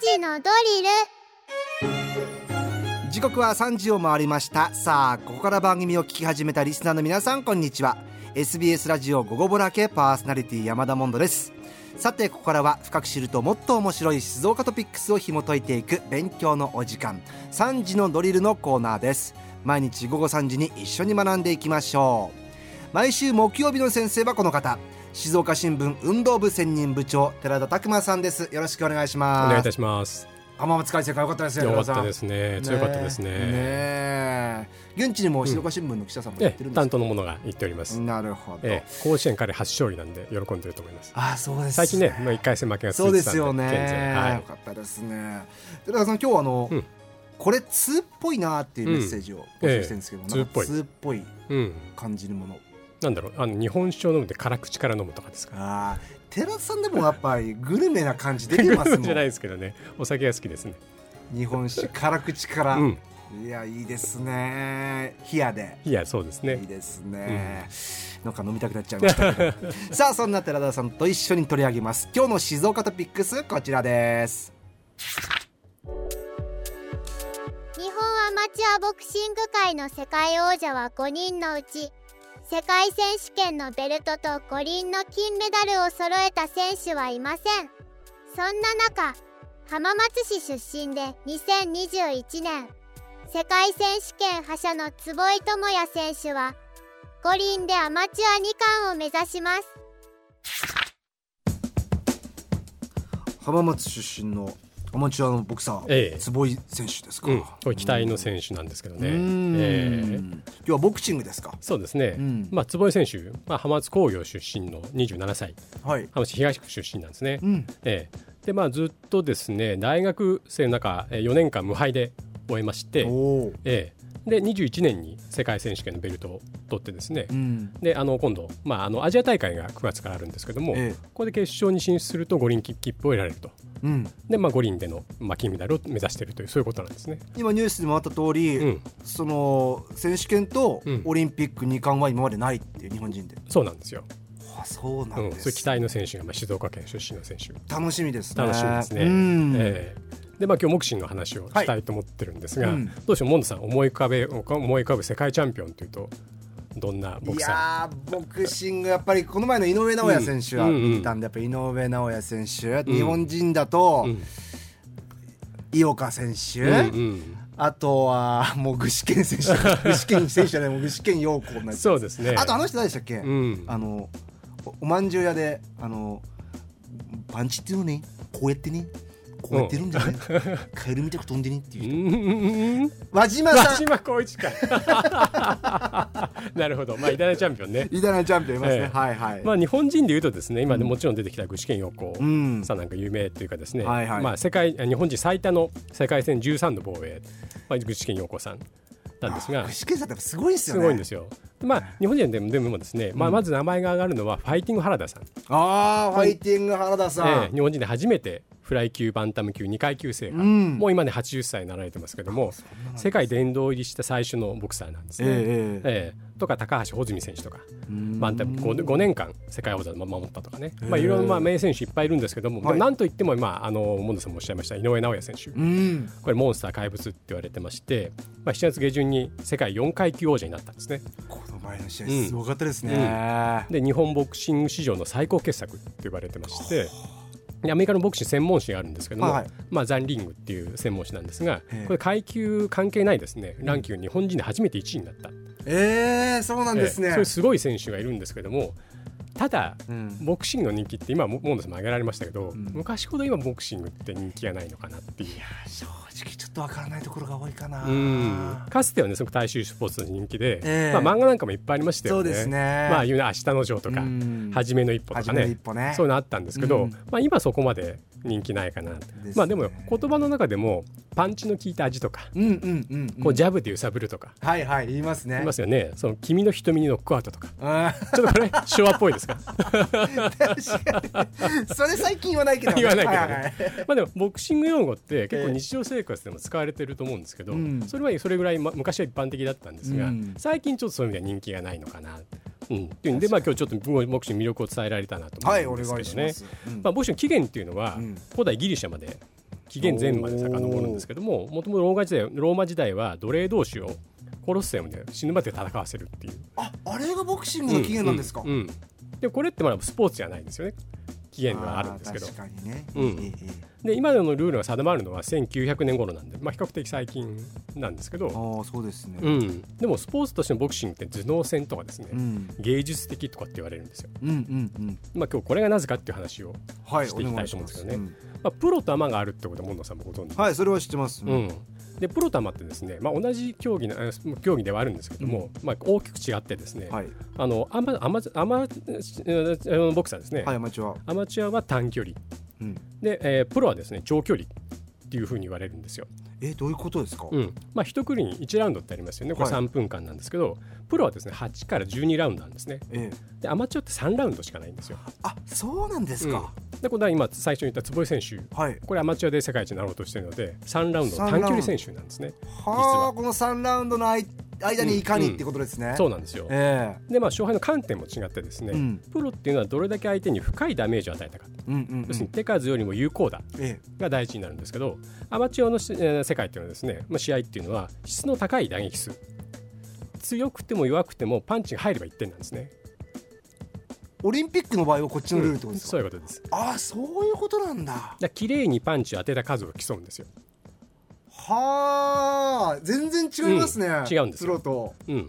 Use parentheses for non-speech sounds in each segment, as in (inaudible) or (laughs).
時のドリル時刻は3時を回りましたさあここから番組を聞き始めたリスナーの皆さんこんにちは SBS ラジオ午後ぼらけパーソナリティ山田モンドですさてここからは深く知るともっと面白い静岡トピックスを紐解いていく勉強のお時間3時のドリルのコーナーです毎日午後3時に一緒に学んでいきましょう毎週木曜日の先生はこの方静岡新聞運動部専任部長寺田拓磨さんですよろしくお願いしおます願いいたします。浜松開成か良かったですよよかっ寺田さたんですね。強かったですね。ねえ現地にも静岡新聞の記者さんも行っえてえるんです担か、当の者が言っております。なるほど、ええ甲子園から初勝利なんで喜んでると思います。ああそうです最近ね、まあ一回戦負けがそ続うでいてたんすで、よね、現在はよい。かったですね寺田さん今日はあの、うんこれ通っぽいなーっていうメッセージを募集してるんですけど、ええなんか通通っぽいうん、感じるものなんだろう、あの日本酒を飲んで辛口から飲むとかですか。ああ寺田さんでもやっぱりグルメな感じ出てますも (laughs) じゃないんですけどね、お酒が好きですね。日本酒辛口から、うん、いやいいですね冷やでいや、そうですいいね。ですね、なんか飲みたくなっちゃいましたけ (laughs) どさあそんな寺田さんと一緒に取り上げます今日の静岡トピックスこちらです日本アマチュアボクシング界の世界王者は5人のうち世界選手権のベルトと五輪の金メダルを揃えた選手はいませんそんな中浜松市出身で2021年世界選手権覇者の坪井智也選手は五輪でアマチュア2冠を目指します浜松出身のアマチュアのボクサー、ええ坪井選手ですか、うん、これ期待の選手なんですけどうね。ん、ええ今日はボクシングですかそうですね、うんまあ、坪井選手、まあ、浜松工業出身の27歳、はい浜松東区出身なんですね。うんええ、でまあずっとですね大学生の中えー4年間無敗で終えましてお、おええ、で21年に世界選手権のベルトを取ってですね、うんであの今度、まあ、あのアジア大会が9月からあるんですけども、ええここで決勝に進出すると五輪切符を得られるとうん、で、まあ、五輪での、まあ、金メダルを目指しているというそういうことなんですね。今ニュースでもあった通り、うん、その選手権とうんオリンピック2冠は今までないっていう日本人で、そうなんですよ、あそうなうんん、でそういす、う期待の選手が、まあ、静岡県出身の選手楽しみですね楽しみですね。うんええでまあ、今日モクシングの話をしたいと思ってるんですが、はいうんどうしようモンドさん思い浮かべ思い浮かぶ世界チャンピオンというとどんないボクサやーボクシングやっぱりこの前の井上尚弥選手はうんうんうん見たんでやっぱ井上尚弥選手、ん日本人だと、うん井岡選手、ー、うんあとはもう具志堅選手具志堅選手じゃないもう具志堅陽子にう、なんっそうですねあとあの人誰でしたっけ、うん、あのおおまんじゅう屋であのパンチっていうのねこうやってねこうやってるんじゃない、カエルみたく飛んでねっていうう人、ん (laughs) 輪島和さん島浩一か (laughs) なるほどまあイタリアチャンピオンねイタリアンチャンピオンいますね、ええはいはい、まあ日本人でいうとですね今でもちろん出てきた具志堅用高うんさんなんか有名というかですね、はいはいまあ世界日本人最多の世界戦13の防衛、まあ、具志堅用高さんなんですが具志堅さんってやっぱすごいですよすねごいんですよ。まあ、日本人でもでもですね、まあ、まず名前が上がるのはファイティング原田さん、ああファイティング原田さん、ええ日本人で初めてフライ級バンタム級2階級制う覇、んもう今ね80歳になられてますけども世界殿堂入りした最初のボクサーなんですね。えええええとか高橋穂積選手とかんバンタム 5, 年間世界王座を守ったとかね、まあ、いろいろまあ名選手いっぱいいるんですけども、はいなんといっても、まあ、あのモンドさんもおっしゃいました井上尚弥選手。うんこれモンスター怪物って言われてまして、まあ、7月下旬に世界4階級王者になったんですね。この前の試合うんすごかったですね、で日本ボクシング史上の最高傑作って呼ばれてましてでアメリカのボクシング専門誌があるんですけども、はいまあ、ザンリングっていう専門誌なんですがええこれ階級関係ないですねランキング日本人で初めて1位になった、ええそうなんですえね、えそういうすごい選手がいるんですけどもただ、うんボクシングの人気って今モモンドさんも挙げられましたけど、ん昔ほど今ボクシングって人気がないのかなっていう。正直ちょっとわからないところが多いかな、うんかつてはねすごく大衆スポーツの人気で、ええまあ、漫画なんかもいっぱいありましたよね。そうですねまあ、いうのは明日の城とか、うん初めの一歩とか初めのね一歩ねそういうのあったんですけど、うんまあ、今そこまで人気ないかな、すねまあでも言葉の中でもパンチの効いた味とか、うんうんうん、うん、こうジャブで揺さぶるとかはいはい言いますねいますよねその君の瞳にノックアウトとかあちょっと (laughs) これ昭和っぽいですか (laughs) ーそれ最近言わないけど、言わないけどねははまあでもボクシング用語って結構日常生活でも使われてると思うんですけど、うんそれはそれぐらい、ま、昔は一般的だったんですが、うん最近ちょっとそういう意味では人気がないのかな、うん、っていうんでまあ今日ちょっとボクシングの魅力を伝えられたなとは思いおうんです願けいどしね、ます、うんまあ、ボクシングの起源っていうのは、うん古代ギリシャまで紀元前まで遡るんですけどももともとローマ時代ローマ時代は奴隷同士をコロッセウムで死ぬまで戦わせるっていうああれがボクシングの起源なんですか、ううんでもこれってまだスポーツじゃないんですよね起源があるんですけどあー確かにね、うんええええで今のルールが定まるのは1900年頃なんで、まあ、比較的最近なんですけど、ああそうですね、うん、でもスポーツとしてのボクシングって頭脳戦とかですね、うん芸術的とかって言われるんですよ、うんうんうんまあ、今日これがなぜかっていう話を、はいしていきたいと思うんですけどねお願いしまあ、プロとアマがあるってことは門野さんもご存知ますうんはいそれは知ってます、うん、でプロとアマってですね、まあ、同じ競技なあ競技ではあるんですけども、まあ、大きく違ってですね、はいあのアマアマアマえーボクサーですね、はいアマチュアアマチュアは短距離うんで、えープロはですね長距離っていうふうに言われるんですよ。えどういうことですか、うんまあ、1組に1ラウンドってありますよねこれはい3分間なんですけど、プロはですね8から12ラウンドなんですねええでアマチュアって3ラウンドしかないんですよ。あそうなんですか、でこれは今最初に言った坪井選手はいこれアマチュアで世界一になろうとしてるので3ラウンド三のラウ短距ン離ド選手なんですね。はあこの3ラウンドの間間にいかうにんってことですね、そうなんですよえでまあ勝敗の観点も違ってですね、うんプロっていうのはどれだけ相手に深いダメージを与えたか、えうんうんうん要するに手数よりも有効打ええが大事になるんですけどアマチュアのし、えー世界っていうのはですね、まあ、試合っていうのは質の高い打撃数強くても弱くてもパンチが入れば1点なんですね。オリンピックの場合はこっちのルールってことですそか、ういうことです。だかああそういうことなんだら綺麗にパンチを当てた数を競うんですよ。はあ全然違いますね、うん違うんですプよロとうん。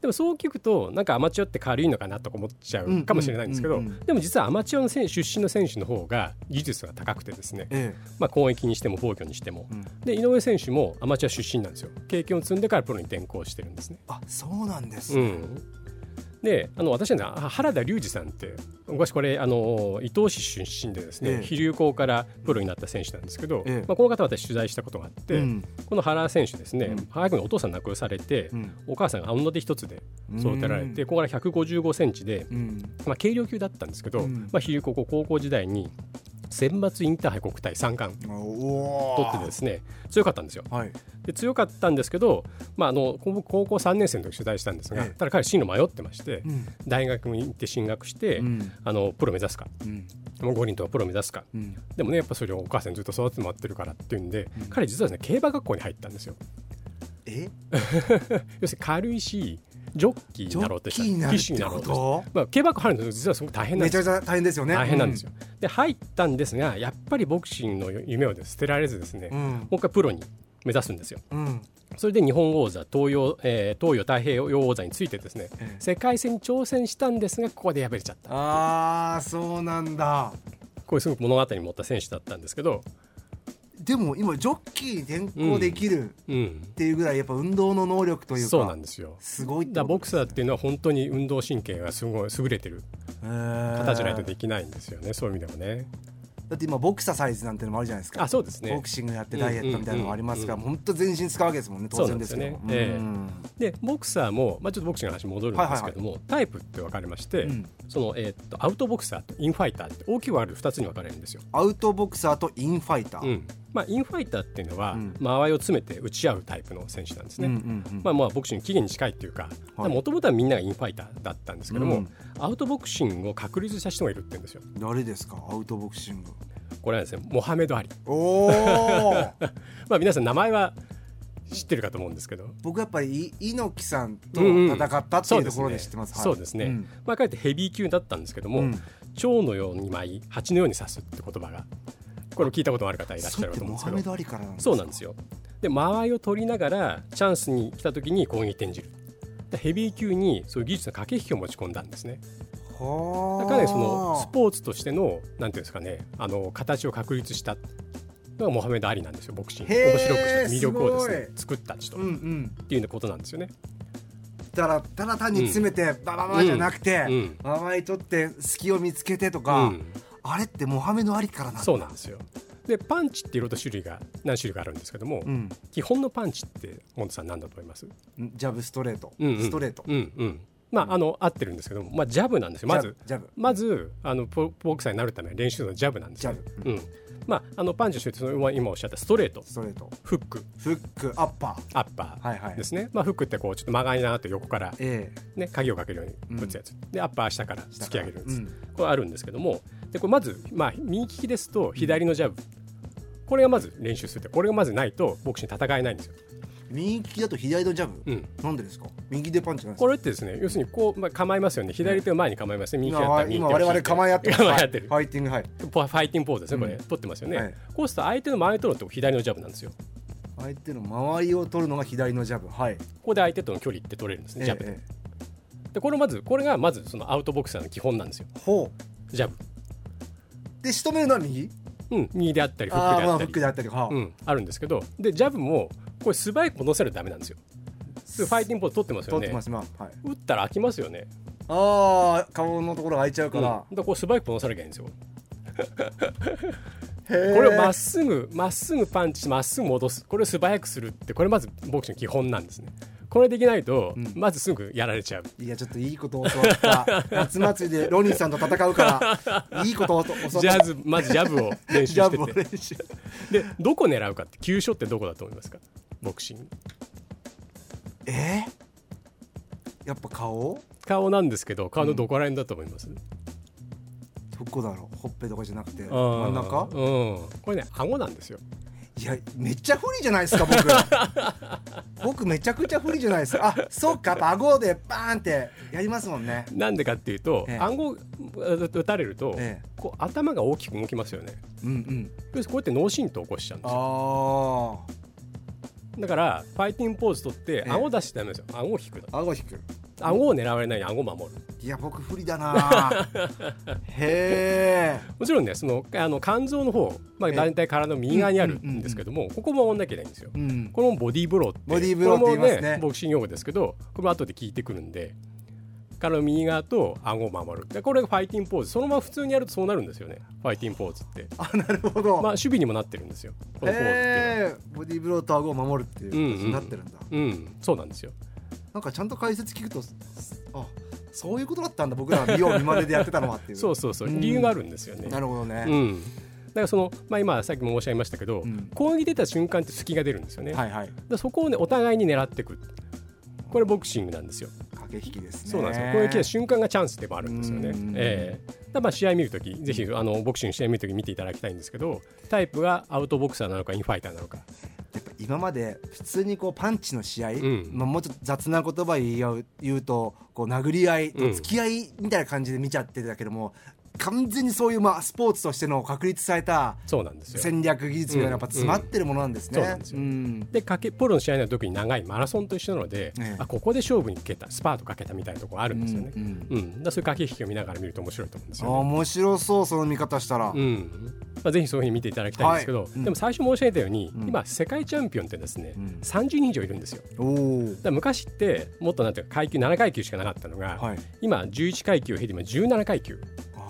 でもそう聞くとなんかアマチュアって軽いのかなとか思っちゃうかもしれないんですけうどんうんうんでも実はアマチュアの選手出身の選手の方が技術が高くてですね、えまあ、攻撃にしても防御にしてもえ、うん、で井上選手もアマチュア出身なんですよ経験を積んでからプロに転向してるんですね。あそうなんです、うん、であの私はねあ原田龍二さんって昔これあの伊東市出身でですえねえ飛龍高からプロになった選手なんですけど、ええまあ、この方は私取材したことがあって、うんこの原選手ですね、うん早くにお父さん亡くされて、うんお母さんが青の手一つで育てられて、ここから155センチで、うんまあ、軽量級だったんですけど、うんまあ、飛龍高校高校時代に選抜インターハイ国体3冠お取おっててですね強かったんですよ。はいで強かったんですけど、まあ、あの僕高校3年生の時取材したんですが、ええただ彼進路迷ってまして、うん大学に行って進学して、うんあのプロ目指すかうんもう五輪とはプロ目指すかうんでもねやっぱそれをお母さんにずっと育ててもらってるからっていうんで、彼実はですね競馬学校に入ったんですよ (laughs) え要するに軽いしジョッキーになろうとしたジョッキーになる騎手になろうっとしてこた、まあ、競馬学校入るの実はすごく大変なんめですちゃよめちゃ大変ですよね大変なんですよ、で入ったんですがやっぱりボクシングの夢をですね捨てられずですね、うもんう一回プロに目指すんですようん、うんそれで日本王座東洋、えー東洋太平洋王座についてですね、ええ世界戦に挑戦したんですがここで敗れちゃったああそうなんだこれすごく物語に持った選手だったんですけど、でも今ジョッキーに転向できるっうん、ていうぐらいやっぱ運動の能力というかそうなんですよすごいってだこからボとクサーっていうのは本当に運動神経がすごい優れてるへー方じゃないとできないんですよね、そういう意味でもねだって今ボクサーサイズなんてのもあるじゃないですかあそうですねボクシングやってダイエットみたいなのもありますから、うんもう本当全身使うわけですもんね当然ですけどそうなんですよねうんでボクサーも、まあ、ちょっとボクシングの話戻るんですけども、タイプって分かれまして、うんその、えーっとアウトボクサーとインファイターって大きくある2つに分かれるんですよ、アウトボクサーとインファイター、うんまあ、インファイターっていうのは、うん間合いを詰めて打ち合うタイプの選手なんですね、うんうんうんまあ、まあボクシング起源に近いっていうかはいもともとはみんながインファイターだったんですけども、うんアウトボクシングを確立した人がいるって言うんですよ誰ですかアウトボクシングこれはですねモハメド・アリおおまあ皆さん名前は知ってるかと思うんですけど (laughs) 僕やっぱりい猪木さんとうん戦うんったってそいうとうですころねで知ってます、はいそうですね、んまあかえってヘビー級だったんですけども、うん蝶のように舞い蜂のように刺すって言葉がこれを聞いたことのある方いらっしそゃれるってかと思うんモですけハどメド・アリからなんですかそうなんですよで間合いを取りながらチャンスに来た時に攻撃に転じるでヘビー級にそういう技術の駆け引きを持ち込んだんですねはあかなりそのスポーツとしてのなんていうんですかねあの形を確立したのがモハメド・アリなんですよボクシングへー面白くして魅力をですすね作った人っうんうんていうことなんですよね。だからただ単に詰めてバババじゃなくて、うん間合い取って隙を見つけてとうか、ん、あれってモハメド・アリからなんだそうなんですよ。でパンチっていろいろと種類が何種類かあるんですけども、うん、基本のパンチってモントさん何だと思います、ジャブストレート、うんうんストレート、うんうんまああの合ってるんですけども、まあ、ジャブなんですよまずジャブまずあのポボクサーになるための練習のジャブなんですよジャうんまあ、あのパンチしてその今おっしゃったストレートストレートフックフックアッパアッパーはいはいーですね、まあ、フックってこうちょっと曲がりなって横から、えね、鍵をかけるように打つやつ、でアッパー下からえ突き上げるやつ、うんこれあるんですけどもでこれまず、まあ、右利きですと左のジャブこれがまず練習するってこれがまずないとボクシング戦えないんですよ、右利きだと左のジャブ、うん、なんでですか右でパンチなんですこかれってですね要するにこう、まあ、構えますよね左手を前に構えますね右手今だったらは右手今我々構え合ってます構え合ってる、はいファイティングはいポファイティングポーズですねこれ、うん取ってますよね、はいこうすると相手の前を取るのって左のジャブなんですよ相手の周りを取るのが左のジャブはいここで相手との距離って取れるんですね、ジャブで。ええでこれまずこれがまずそのアウトボクサーの基本なんですよ、ええほジャブ。うで仕留めるのは右うん、右であったり、フッあクあでまああっフたックり、であったりはあ、うん、あるんですけど、でジャブもこれ素早く戻せるとダメなんですよ。ファイティングポーズ取ってますよ取っねて。ますまあ、はい、打ったら開きますよね。あー顔のところが開いちゃううかん、だらか、らこう素早く戻さなきゃいけないんで (laughs) すよ。へえこれをまっすぐまっすぐパンチしてまっすぐ戻すこれを素早くするってこれまずボクシングの基本なんですね。これできないと、うんまずすぐやられちゃう。いやちょっといいことを教わ (laughs) った夏祭りでロニーさんと戦うからいいことを教わったジャズまずジャブを練 (laughs) 習ジャしブをてて練習でどこ狙うかって急所ってどこだと思いますかボクシングえー、やっぱ顔顔なんですけど顔のどこら辺だと思います、どこだろうほっぺとかじゃなくてあ真ーん中うんこれね顎なんですよいやめっちゃ不利じゃないですか (laughs) 僕僕めちゃくちゃ不利じゃないですかあそうかやっぱ顎でバーンってやりますもんねなんでかっていうと、ええ顎を打たれると、ええこう頭が大きく動きますよねうんうん要するにこうやって脳震盪を起こしちゃうんですよあだからファイティングポーズ取ってえ顎出してダメですよ顎を引くあ顎引く顎を狙われないように顎を守るいや僕不利だ (laughs) なへえもちろんねそのあの肝臓の方、まあ、ええ大体体の右側にあるんですけども、ここも守んなきゃいけないんですようんこれもボディーブローってボディーブローって言いますねこれもボクシング用語ですけどこれも後で聞いてくるんでから右側と顎を守るでこれがファイティングポーズそのまま普通にやるとそうなるんですよねファイティングポーズってあなるほど、まあ守備にもなってるんですよこのポーズっていうのはへえボディーブローと顎を守るっていう形になってるんだ、うんそうなんですよなんかちゃんと解説聞くとあそういうことだったんだ僕らは見よう見まねでやってたのはっていうそうそうそううん理由があるんですよねなるほどね、うんだからその、まあ、今さっきも申し上げましたけど、うん攻撃出た瞬間って隙が出るんですよね、はいはいでそこをねお互いに狙っていくこれボクシングなんですよ駆け引きですねそうなんですよ。こういう来た瞬間がチャンスでもあるんですよねうん。ええだからまあ試合見るとき、ぜひあのボクシング試合見るとき見ていただきたいんですけど、タイプがアウトボクサーなのかインファイターなのか。やっぱ今まで普通にこうパンチの試合、んまあ、もうちょっと雑な言葉言い合う言うとこう殴り合い、うん付き合いみたいな感じで見ちゃってたけども完全にそういう、まあ、スポーツとしての確立されたそうなんですよ。戦略技術みたいなのがやっぱ詰まってるものなんですね。うんうんそうなんですよんでかけポロの試合には特に長いマラソンと一緒なので、ええあここで勝負にかけたスパートかけたみたいなところあるんですよね。ううんん、うんだからそういう駆け引きを見ながら見ると面白いと思うんですあよね。面白そうその見方したら、うんまあ、ぜひそういうふうに見ていただきたいんですけど、はいうんでも最初申し上げたように、うん今世界チャンピオンってですね、うん30人以上いるんですよだかおおら昔ってもっとなんていうか階級7階級しかなかったのが、はい今11階級を経て今17階級、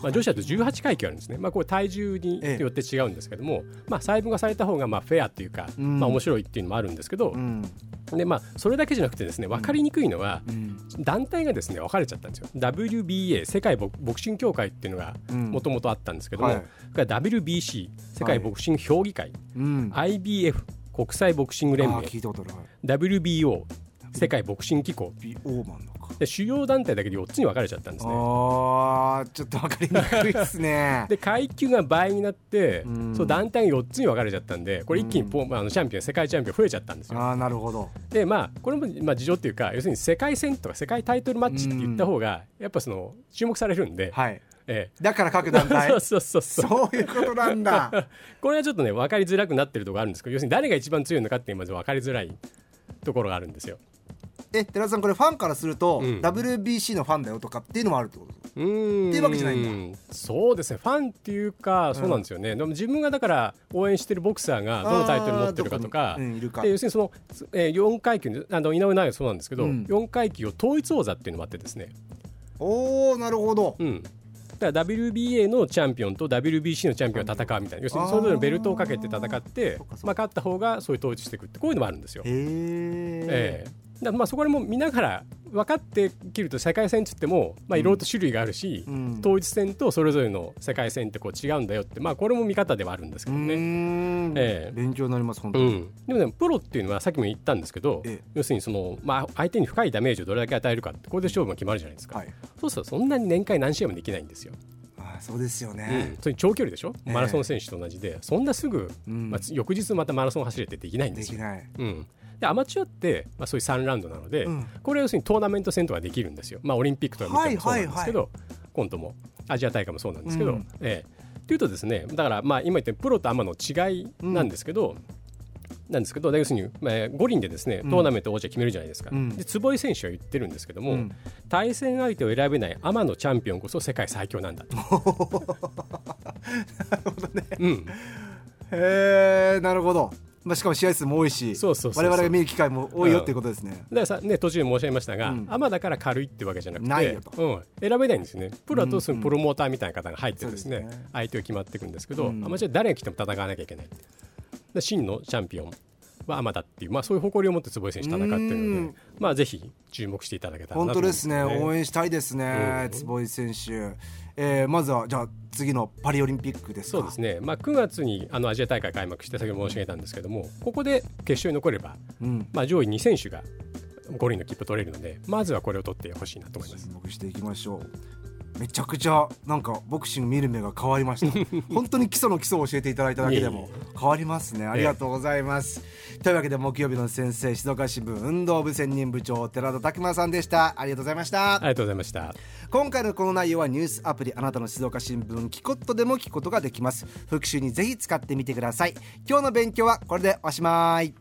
まあ、女子だと18階級あるんですね、まあ、これ体重にええよって違うんですけども、まあ、細分がされた方がまあフェアっていうか、うんまあ、面白いっていうのもあるんですけどう、んでまあ、それだけじゃなくてですね分かりにくいのはうん団体がですね分かれちゃったんですよ WBA 世界ボボクシング協会っていうのがうんもともとあったんですけども、はいそれから WBC 世界ボクシング評議会、うん、 IBF 国際ボクシング連あー盟聞いたことない WBO 世界ボクシング機構美容マンのか、で主要団体だけで4つに分かれちゃったんですね。あーちょっとわかりにくいですね (laughs) で階級が倍になって、うんそう団体が4つに分かれちゃったんでこれ一気にポン、あのチャンピオン世界チャンピオン増えちゃったんですよ。ああなるほどでまあこれも、まあ、事情っていうか要するに世界戦とか世界タイトルマッチって言った方が、やっぱその注目されるんで、はいえだから各団え体 (laughs) そうそうそうそうそういうことなん (laughs) だ。これはちょっとね分かりづらくなってるところがあるんですけど要するに誰が一番強いのかっていうまず分かりづらいところがあるんですよ。え、寺田さん、これファンからすると、うん WBC のファンだよとかっていうのもあるってことですかうーんっていうわけじゃないんだそうですねファンっていうかそうなんですよね、でも自分がだから応援してるボクサーがどのタイトル持ってるかとかあーどこにうんいるかで要するにその、えー、4階級のあの井上尚弥そうなんですけど、うん4階級を統一王座っていうのもあってですね、おー、なるほどう。ん、ったら WBA のチャンピオンと WBC のチャンピオンが戦うみたいな要するにそれぞれのベルトをかけて戦ってあーまあ、勝った方がそういう統治していくってこういうのもあるんですよ。えええだからまあそこら辺も見ながら分かってきると世界戦っつってもまあいろいろと種類があるし、うん統一戦とそれぞれの世界戦ってこう違うんだよって、まあ、これも見方ではあるんですけうどね。んええ勉強になります本当うに、ん、でもねプロっていうのはさっきも言ったんですけどええ要するにその、まあ、相手に深いダメージをどれだけ与えるかってこれで勝負が決まるじゃないですか、はいそうするとそんなに年間何試合もできないんですよ、ああそうですようんね、それに長距離でしょええマラソン選手と同じでそんなすぐ、うんまあ、翌日またマラソン走れってできないんでですきよ、ないうん、でアマチュアって、まあ、そういう3ラウンドなので、うんこれは要するにトーナメント戦とかできるんですよ、まあ、オリンピックとか見てもそうなんですけど、今度もアジア大会もそうなんですけど、うんええというとですねだからまあ今言ったようにプロとアマの違いなんですけど、なんですけどだから要するに、まあ、五輪でですねうんトーナメント王者決めるじゃないですか、うんで坪井選手は言ってるんですけども、うん対戦相手を選べないアマのチャンピオンこそ世界最強なんだと。うん、へえなるほど、まあ、しかも試合数も多いしそうそうそうそう我々が見る機会も多いよっていうことですね、だからさね途中で申し上げましたが、うんアマだから軽いってわけじゃなくてないようん、選べないんですよねプロだとそうんのプロモーターみたいな方が入ってですね,、そうですね相手を決まっていくんですけど、うんアマチュア誰が来ても戦わなきゃいけないで真のチャンピオンはアマだっていう、まあ、そういう誇りを持って坪井選手戦ってるのうで、んまあ、ぜひ注目していただけたら本なと当思でいますすね応援援したいですね、うん坪井選手、えーまずはじゃあ次のパリオリンピックですかそうですね、まあ、9月にあのアジア大会開幕して先ほど申し上げたんですけどもここで決勝に残れば、うんまあ、上位2選手が五輪の切符取れるのでまずはこれを取ってほしいなと思います注。目していきましょうめちゃくちゃなんかボクシング見る目が変わりました (laughs) 本当に基礎の基礎を教えていただいただけでも変わりますねありがとうございます、というわけで木曜日の先生静岡新聞運動部専任部長寺田拓馬さんでしたありがとうございましたありがとうございました。今回のこの内容はニュースアプリあなたの静岡新聞キコットでも聞くことができます復習にぜひ使ってみてください今日の勉強はこれでおしまい